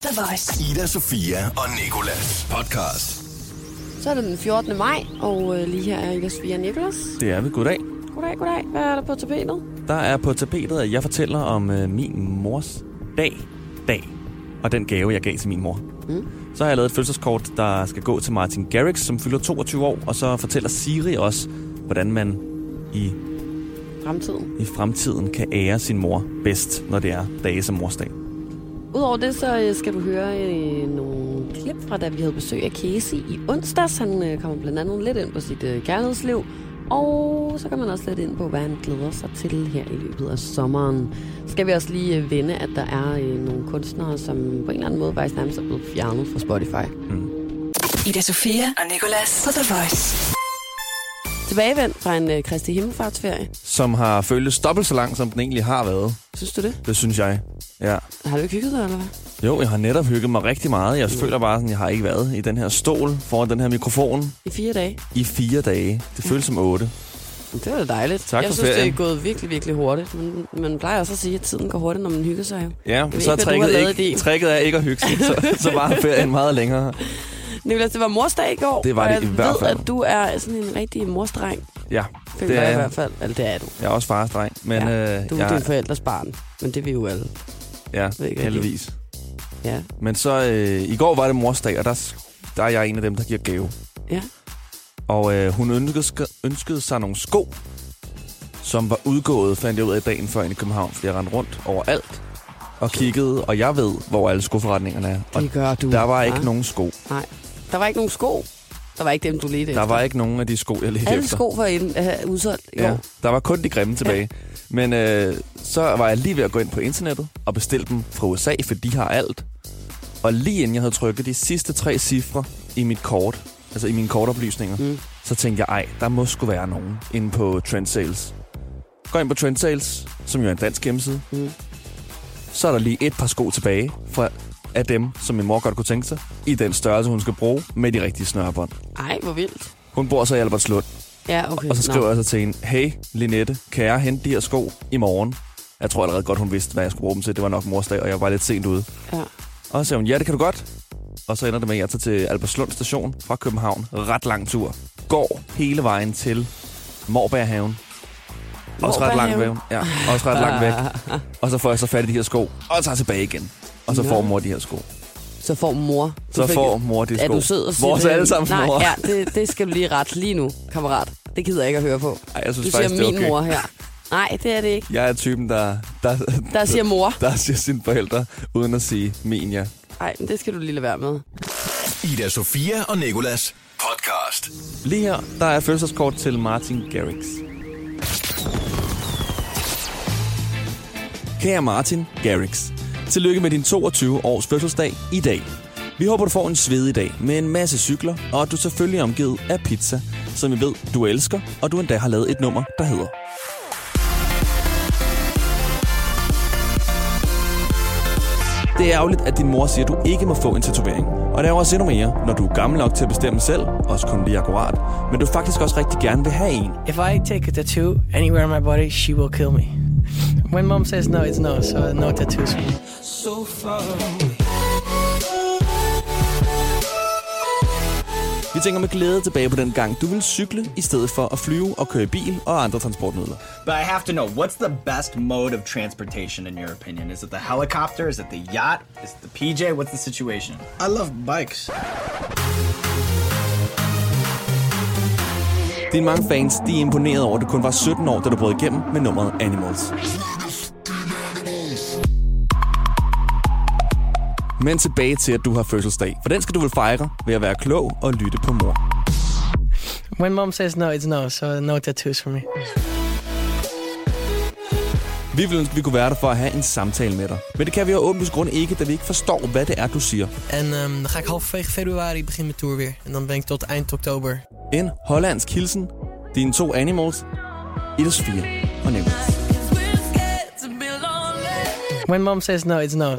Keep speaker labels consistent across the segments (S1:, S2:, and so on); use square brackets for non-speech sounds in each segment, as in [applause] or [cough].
S1: The Voice.
S2: Ida, Sofia og Nikolas podcast.
S3: Så er det den 14. maj, og øh, lige her er Ida Sofia Nicholas.
S4: Det er vi. Goddag.
S3: Goddag, goddag. Hvad er der på tapetet?
S4: Der er på tapetet, at jeg fortæller om øh, min mors dag, dag og den gave, jeg gav til min mor.
S3: Mm.
S4: Så har jeg lavet et fødselskort, der skal gå til Martin Garrix, som fylder 22 år, og så fortæller Siri også, hvordan man i,
S3: Fremtiden.
S4: i fremtiden kan ære sin mor bedst, når det er dage som morsdag.
S3: Udover det, så øh, skal du høre øh, nogle klip fra, da vi havde besøg af Casey i onsdags. Han øh, kommer blandt andet lidt ind på sit øh, kærlighedsliv. Og så kan man også lidt ind på, hvad han glæder sig til her i løbet af sommeren. Så skal vi også lige øh, vende, at der er øh, nogle kunstnere, som på en eller anden måde faktisk nærmest er blevet fjernet fra Spotify.
S1: Ida Sofia og Nicolas på The Voice.
S3: Tilbagevendt fra en øh, Kristi Himmelfartsferie.
S4: Som har føltes dobbelt så lang, som den egentlig har været.
S3: Synes du det?
S4: Det synes jeg. Ja.
S3: Har du ikke hygget dig, eller hvad?
S4: Jo, jeg har netop hygget mig rigtig meget. Jeg føler bare, sådan, jeg har ikke været i den her stol foran den her mikrofon
S3: I fire dage?
S4: i fire dage. Det føles som otte.
S3: Det var da dejligt.
S4: Tak
S3: jeg
S4: for
S3: synes,
S4: ferien.
S3: det er gået virkelig, virkelig hurtigt. Men man plejer også at sige, at tiden går hurtigt, når man hygger sig. Jo.
S4: Ja,
S3: ved
S4: så er
S3: ikke, hvad du har
S4: tricket,
S3: lavet i
S4: ikke,
S3: din.
S4: tricket er ikke at hygge sig, så, så var ferien meget længere.
S3: Niklas, det var morsdag i går.
S4: Det var det
S3: og
S4: i
S3: jeg
S4: hvert fald.
S3: ved, at du er sådan en rigtig morsdreng.
S4: Ja,
S3: Føler
S4: det
S3: jeg i
S4: er
S3: hvert
S4: jeg.
S3: fald. Eller det er du.
S4: Jeg er også fars dreng, men ja, øh,
S3: Du er ja.
S4: jeg,
S3: dine forældres barn. Men det er vi jo alle. ved
S4: ja,
S3: ikke rigtig.
S4: heldigvis.
S3: Ja.
S4: Men så, øh, i går var det morsdag, og der, s- der er jeg en af dem, der giver gave.
S3: Ja.
S4: Og øh, hun ønskede, sk- ønskede sig nogle sko, som var udgået, fandt jeg ud af dagen før inde i København, fordi jeg rendte rundt overalt og kiggede, og jeg ved, hvor alle skoforretningerne er. Og
S3: Det gør du.
S4: der var ikke
S3: hva'?
S4: nogen sko.
S3: Nej. Der var ikke nogen sko. Der var ikke dem, du ledte
S4: Der var ikke nogen af de sko, jeg ledte
S3: Alle
S4: efter.
S3: sko var ind, uh, udsolgt i
S4: Ja,
S3: går.
S4: der var kun de grimme tilbage. Men øh, så var jeg lige ved at gå ind på internettet og bestille dem fra USA, for de har alt. Og lige inden jeg havde trykket de sidste tre cifre i mit kort, altså i mine kortoplysninger,
S3: Mm.
S4: mm. så tænkte jeg, ej, der må sgu være nogen inde på Trendsales. Gå ind på Trendsales, som jo er en dansk hjemmeside.
S3: Mm.
S4: Mm. Så er der lige et par sko tilbage fra af dem, som min mor godt kunne tænke sig, i den størrelse, hun skal bruge, med de rigtige snørebånd.
S3: Ej, hvor vildt.
S4: Hun bor så i Albertslund.
S3: Ja, okay.
S4: Og så
S3: Nå.
S4: skriver jeg så til hende, hey Linette, kan jeg hente de her sko i morgen? Jeg tror allerede godt, hun vidste, hvad jeg skulle bruge dem til. Det var nok morsdag, og jeg var lidt sent ude.
S3: Ja.
S4: Og så sagde hun, ja, det kan du godt. Og så ender det med, at jeg tager til Albertslund station fra København. Ret lang tur. Går hele vejen til Morbærhaven. Også ret langt væk.
S3: Morbærhaven?
S4: Ja, også ret langt væk. Og så får jeg så fat i de her sko, og tager tilbage igen. Og så
S3: Nå.
S4: får mor de her sko.
S3: Så får mor. Du
S4: Så
S3: fik-
S4: får mor de
S3: Er
S4: sko.
S3: du sød og siger
S4: Vores
S3: det?
S4: alle sammen
S3: Nej,
S4: mor.
S3: ja, det, det skal du lige rette lige nu, kammerat. Det gider jeg ikke at høre på.
S4: Ej, jeg synes
S3: Du siger
S4: faktisk, det er
S3: min
S4: okay.
S3: mor her. Nej, det er det ikke.
S4: Jeg er typen, der, der,
S3: Der siger mor.
S4: der siger sine forældre, uden at sige min, ja.
S3: Nej, det skal du lige lade være med.
S2: Ida, Sofia og Nikolas podcast.
S4: Lige her, der er fødselskort til Martin Garrix. Kære Martin Garrix, tillykke med din 22 års fødselsdag i dag. Vi håber, du får en svedig dag med en masse cykler, og at du selvfølgelig er omgivet af pizza, som vi ved, du elsker, og du endda har lavet et nummer, der hedder. Det er ærgerligt, at din mor siger, at du ikke må få en tatovering. Og der er jo også endnu mere, når du er gammel nok til at bestemme selv, også kun lige akkurat, men du faktisk også rigtig gerne vil have en.
S5: If I take a tattoo anywhere on my body, she will kill me. When mom says no, it's no, so no tattoos.
S4: Vi tænker med glæde tilbage på den gang, du ville cykle i stedet for at flyve og køre i bil og andre transportmidler.
S6: But I have to know, what's the best mode of transportation in your opinion? Is it the helicopter? Is it the yacht? Is it the PJ? What's the situation?
S7: I love bikes.
S4: Dine mange fans, de er imponeret over, at du kun var 17 år, da du brød igennem med nummeret Animals. Men tilbage til, at du har fødselsdag, for den skal du vel fejre ved at være klog og lytte på mor.
S5: When mom says no, it's no, so no tattoos for me.
S4: Vi ville ønske, vi kunne være der for at have en samtale med dig. Men det kan vi jo åbenlyst grund ikke, da vi ikke forstår, hvad det er, du siger.
S5: En ehm, dan ga ik halverwege februari begin mijn tour weer. En dan ben ik tot eind oktober.
S4: En hollandsk hilsen, dine to animals, Ida Sofia og Nicholas.
S5: When mom says no, it's no.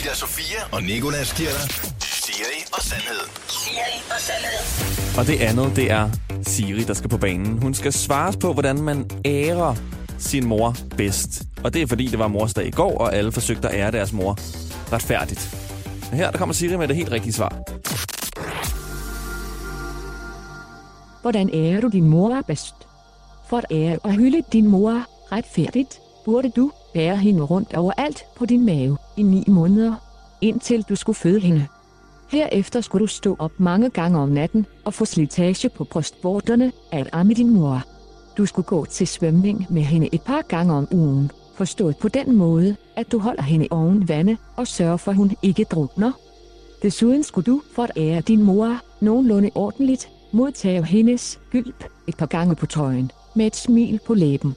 S2: Ida, Sofia og Nikolas giver dig Siri og Sandhed.
S4: Og det andet, det er Siri, der skal på banen. Hun skal svares på, hvordan man ærer sin mor bedst. Og det er fordi, det var mors dag i går, og alle forsøgte at ære deres mor retfærdigt. Men her der kommer Siri med det helt rigtige svar.
S7: Hvordan ærer du din mor bedst? For at ære og hylde din mor retfærdigt, burde du bære hende rundt overalt på din mave i ni måneder, indtil du skulle føde hende. Herefter skulle du stå op mange gange om natten og få slitage på brystvorterne af at amme din mor. Du skulle gå til svømning med hende et par gange om ugen, forstået på den måde, at du holder hende oven vande og sørger for, at hun ikke drukner. Desuden skulle du, for at ære din mor, nogenlunde ordentligt, modtage hendes gylp et par gange på trøjen, med et smil på læben.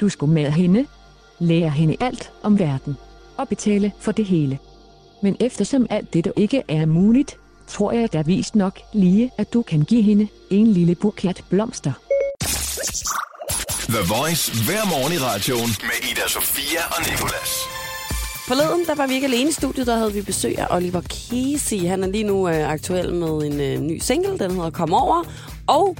S7: Du skulle med hende, lære hende alt om verden, og betale for det hele. Men eftersom alt dette ikke er muligt, tror jeg da vist nok lige, at du kan give hende en lille buket blomster.
S2: The Voice hver morgen i radioen med Ida Sofia og Nicolas.
S3: Forleden, der var vi ikke alene i studiet, der havde vi besøg af Oliver Casey. Han er lige nu øh, aktuel med en øh, ny single, den hedder Kom Over. Og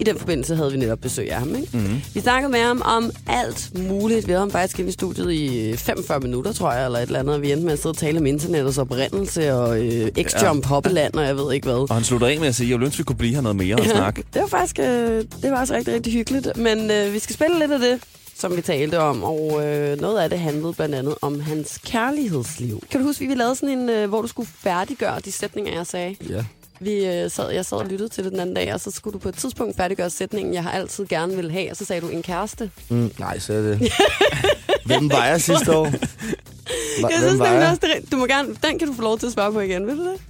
S3: i den forbindelse havde vi netop besøg af ham. Ikke? Mm-hmm. Vi snakkede med ham om alt muligt. Vi havde ham faktisk inde i studiet i øh, 45 minutter, tror jeg, eller et eller andet. Og vi endte med at sidde og tale om internettets oprindelse og øh, X-Jump ja. Hoppeland, og jeg ved ikke hvad.
S4: Og han slutter af med at sige, jeg ville ønske, vi kunne blive her noget mere og
S8: [laughs]
S4: snakke.
S3: Det var faktisk øh, det var også rigtig, rigtig hyggeligt. Men øh, vi skal spille lidt af det, som vi talte om. Og øh, noget af det handlede blandt andet om hans kærlighedsliv. Kan du huske, vi lavede sådan en, øh, hvor du skulle færdiggøre de sætninger, jeg sagde?
S4: Ja.
S3: Vi, øh, sad, jeg sad og lyttede til det den anden dag, og så skulle du på et tidspunkt færdiggøre sætningen, jeg har altid gerne vil have. Og så sagde du, en kæreste.
S8: Mm, nej, så er det.
S4: [laughs]
S8: Hvem var jeg sidste
S3: [laughs]
S8: år? Hva-
S3: jeg synes, nemlig også, det er, ri- du må gerne, den kan du få lov til at svare på igen, vil du det?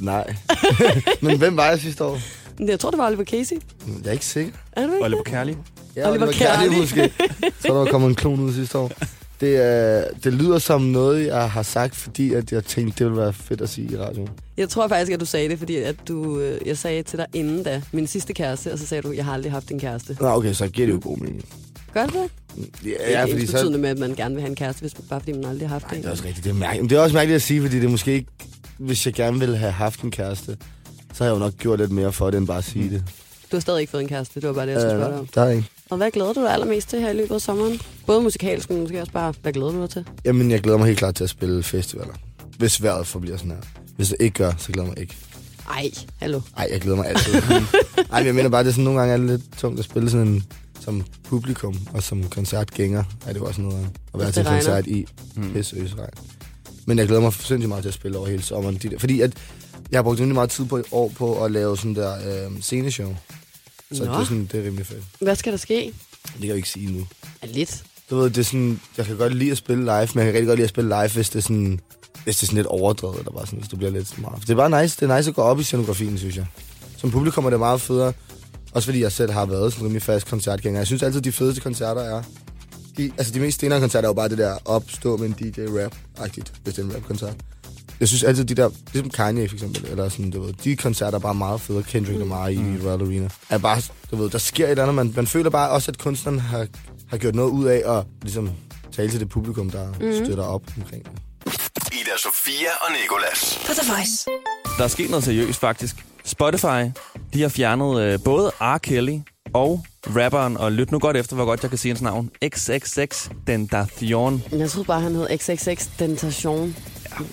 S8: Nej. [laughs] Men hvem var jeg sidste år?
S3: Men Jeg tror, det var Oliver Casey.
S8: Jeg er ikke sikker.
S3: Er du ikke
S4: Oliver
S3: det?
S4: Kærlig.
S8: Ja,
S3: Oliver Kjærli. [laughs]
S8: måske. Så er der kommet en klon ud sidste år. Det, øh, det lyder som noget, jeg har sagt, fordi at jeg tænkte, det ville være fedt at sige i radioen.
S3: Jeg tror faktisk, at du sagde det, fordi at du, øh, jeg sagde til dig inden da, min sidste kæreste, og så sagde du, jeg har aldrig haft en kæreste.
S8: Nå, okay, så giver det jo god mening.
S3: Gør det det?
S8: Ja,
S3: det
S8: ja
S3: er
S8: fordi
S3: ikke
S8: så...
S3: betydende med, at man gerne vil have en kæreste, hvis man, bare fordi man aldrig har haft
S8: Nej,
S3: en.
S8: det er også rigtigt. Det er, mærkeligt. Men det er også mærkeligt at sige, fordi det er måske ikke... Hvis jeg gerne ville have haft en kæreste, så har jeg jo nok gjort lidt mere for det, end bare at sige det. Øh,
S3: Du har stadig ikke fået en kæreste, det var bare det, Mm. jeg skulle spørge dig om.
S8: der er ikke.
S3: Og hvad glæder du dig allermest til her i løbet af sommeren? Både musikalsk, men måske også bare, hvad glæder du dig til?
S8: Jamen, jeg glæder mig helt klart til at spille festivaler. Hvis vejret forbliver sådan her. Hvis det ikke gør, så glæder jeg mig ikke.
S3: Ej, hallo.
S8: Ej, jeg glæder mig altid. [laughs] Ej, men jeg mener bare, det er sådan, nogle gange er det lidt tungt at spille sådan en, som publikum og som koncertgænger. Er det jo også noget at være
S3: det
S8: til
S3: regner.
S8: koncert i. Mm. Pisse regn. Men jeg glæder mig sindssygt meget til at spille over hele sommeren. De der, fordi at jeg har brugt rimelig meget tid på i år på at lave sådan der øh, sceneshow. Så
S3: Nå.
S8: det er, sådan, det er rimelig fedt.
S3: Hvad skal der ske?
S8: Det kan jeg jo ikke sige nu.
S3: Ja, lidt.
S8: Du ved, det er sådan, jeg kan godt lide at spille live, men jeg kan rigtig godt lide at spille live, hvis det er sådan, hvis det er sådan lidt overdrevet, eller bare sådan, hvis det bliver lidt smart. Det er bare nice, det er nice at gå op i scenografien, synes jeg. Som publikum er det meget federe, også fordi jeg selv har været sådan en rimelig fast koncertgænger. Jeg synes altid, de fedeste koncerter er, de, altså de mest stenere koncerter er jo bare det der opstå med en DJ-rap-agtigt, hvis det er en rap-koncert. Jeg synes altid, de der, ligesom Kanye for eksempel, eller sådan, du ved, de koncerter er bare meget fede. Kendrick Lamar i mm. Royal Arena. Er bare, du ved, der sker et eller andet. Man, man føler bare også, at kunstneren har, har gjort noget ud af at ligesom, tale til det publikum, der mm. støtter op omkring det.
S2: Ida Sofia og Nicolas.
S1: På The Voice.
S4: Der er sket noget seriøst, faktisk. Spotify, de har fjernet øh, både R. Kelly og rapperen, og lyt nu godt efter, hvor godt jeg kan sige hans navn, XXX Dentation.
S3: Jeg troede bare, han hed XXX Dentation.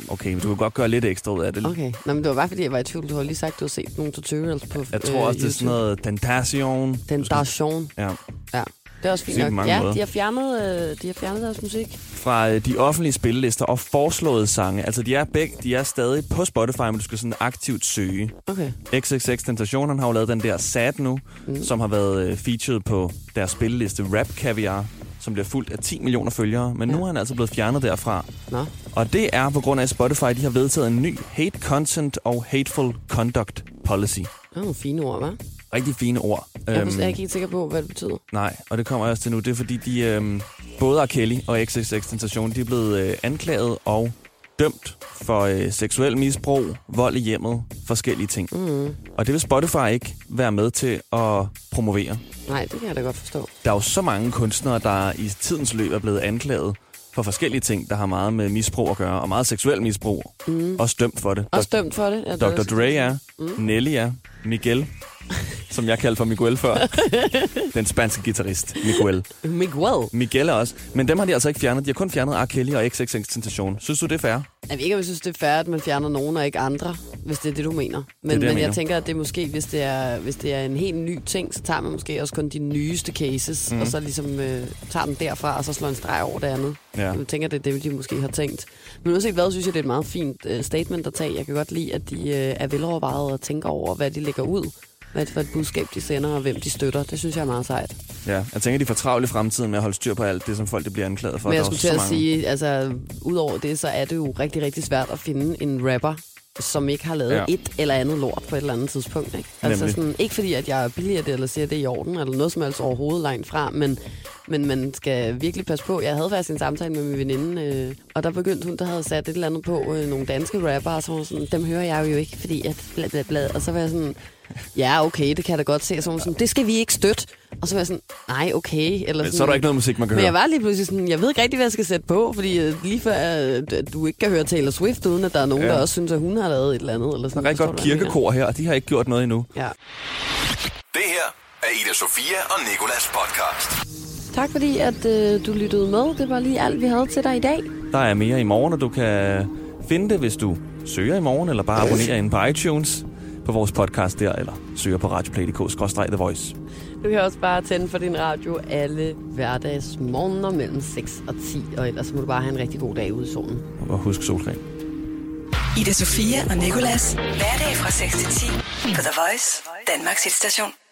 S4: Okay, men du kan godt gøre lidt ekstra ud af det.
S3: Okay. Nå, men det var bare, fordi jeg var i tvivl. Du har lige sagt, at du har set nogle tutorials på øh,
S4: Jeg tror også, det er sådan noget Dentation.
S3: Dentation.
S4: Ja.
S3: Ja. Det er også fint
S4: Sige
S3: nok.
S4: det på mange
S3: ja,
S4: måder.
S3: de har, fjernet, øh, de har fjernet deres musik.
S4: Fra øh, de offentlige spillelister og foreslåede sange. Altså, de er, begge, de er stadig på Spotify, men du skal sådan aktivt søge.
S3: Okay.
S4: XXX Tentation, han har jo lavet den der Sad nu, mm. som har været øh, featured på deres spilleliste Rap Caviar, som bliver fuldt af 10 millioner følgere, men ja. nu er han altså blevet fjernet derfra.
S3: Nå.
S4: Og det er på grund af, at Spotify de har vedtaget en ny Hate Content og Hateful Conduct Policy.
S3: Det er nogle fine ord, hva'?
S4: Rigtig fine ord.
S3: Jeg
S4: Øhm,
S3: er ikke helt sikker på, hvad det betyder.
S4: Nej, og det kommer jeg også til nu. Det er fordi, de, øhm, både R. Kelly og XXX Tentation, de er blevet øh, anklaget og dømt for øh, seksuel misbrug, vold i hjemmet, forskellige ting. Mm. Og det vil Spotify ikke være med til at promovere.
S3: Nej, det kan jeg da godt forstå.
S4: Der er jo så mange kunstnere, der i tidens løb er blevet anklaget for forskellige ting, der har meget med misbrug at gøre, og meget seksuel misbrug. Mm. Også dømt for det.
S3: Også dømt for det. er det
S4: Dr.
S3: også-
S4: Dre er, mm. Nelly er, Miguel, som jeg kaldte for Miguel før.
S3: [laughs]
S4: Den spanske guitarist, Miguel.
S3: Miguel.
S4: Miguel er også. Men dem har de altså ikke fjernet. De har kun fjernet R. Kelly og XXX Tentation. Synes du, det er fair?
S3: Jeg ved ikke, om jeg synes, det er fair, at man fjerner nogen og ikke andre, hvis det er det, du mener. Men,
S4: er
S3: det,
S4: det, jeg
S3: men jeg
S4: mener.
S3: tænker, at det er måske, hvis det er, hvis det er en helt ny ting, så tager man måske også kun de nyeste cases,
S4: Mhm.
S3: mm. og så ligesom øh, tager den derfra, og så slår en streg over det andet.
S4: Ja.
S3: Jeg tænker, det er det, de måske har tænkt. Men uanset hvad, synes jeg, det er et meget fint øh, statement at tage. Jeg kan godt lide, at de øh, er velovervejet og tænker over, hvad de lægger ud. Hvad for et budskab de sender, og hvem de støtter. Det synes jeg er meget sejt.
S4: Ja. Jeg tænker, de får travlt i fremtiden med at holde styr på alt det, som folk de bliver anklaget for.
S3: Men jeg
S4: Der er
S3: skulle
S4: jo
S3: til
S4: så
S3: at
S4: mange.
S3: sige, altså, udover det, så er det jo rigtig, rigtig svært at finde en rapper, som ikke har lavet
S4: Ja.
S3: ja. et eller andet lort på et eller andet tidspunkt. Ikke? Altså
S4: Nemlig.
S3: sådan, ikke fordi, at jeg er billig af det, eller siger, at det er i orden, eller noget som helst overhovedet langt fra, men, men man skal virkelig passe på. Jeg havde faktisk en samtale med min veninde, øh, og der begyndte hun, der havde sat et eller andet på øh, nogle danske rapper, og så var hun sådan, dem hører jeg jo ikke, fordi at bla, bla, bla. Og så var jeg sådan, ja, okay, det kan jeg da godt se. Og så var hun sådan, det skal vi ikke støtte. Og så var jeg sådan, nej, okay. Eller
S4: Men
S3: sådan,
S4: så er der ikke noget musik, man kan
S3: men jeg
S4: høre.
S3: var lige pludselig sådan, jeg ved ikke rigtig, hvad jeg skal sætte på, fordi øh, lige før øh, at du ikke kan høre Taylor Swift, uden at der er nogen,
S4: Ja.
S3: ja. der også synes, at hun har lavet et eller andet. Eller
S4: Der
S3: sådan,
S4: er rigtig
S3: Forstår
S4: godt
S3: du, hvad jeg
S4: kirkekor her, og de har ikke gjort noget endnu.
S3: mener? Ja.
S2: Det her er Ida Sofia og Nikolas podcast.
S3: Tak fordi, at øh, du lyttede med. Det var lige alt, vi havde til dig i dag.
S4: Der er mere i morgen, og du kan finde det, hvis du søger i morgen, eller bare abonnerer inde på iTunes på vores podcast der, eller søger på radioplay.dk-the voice.
S3: Du kan også bare tænde for din radio alle hverdags morgener mellem 6 og 10, og ellers må du bare have en rigtig god dag ude i solen.
S4: Og husk solcreme.
S1: Ida Sofia og Nikolas. Hverdag fra 6 til 10 på The Voice, Danmarks hitstation.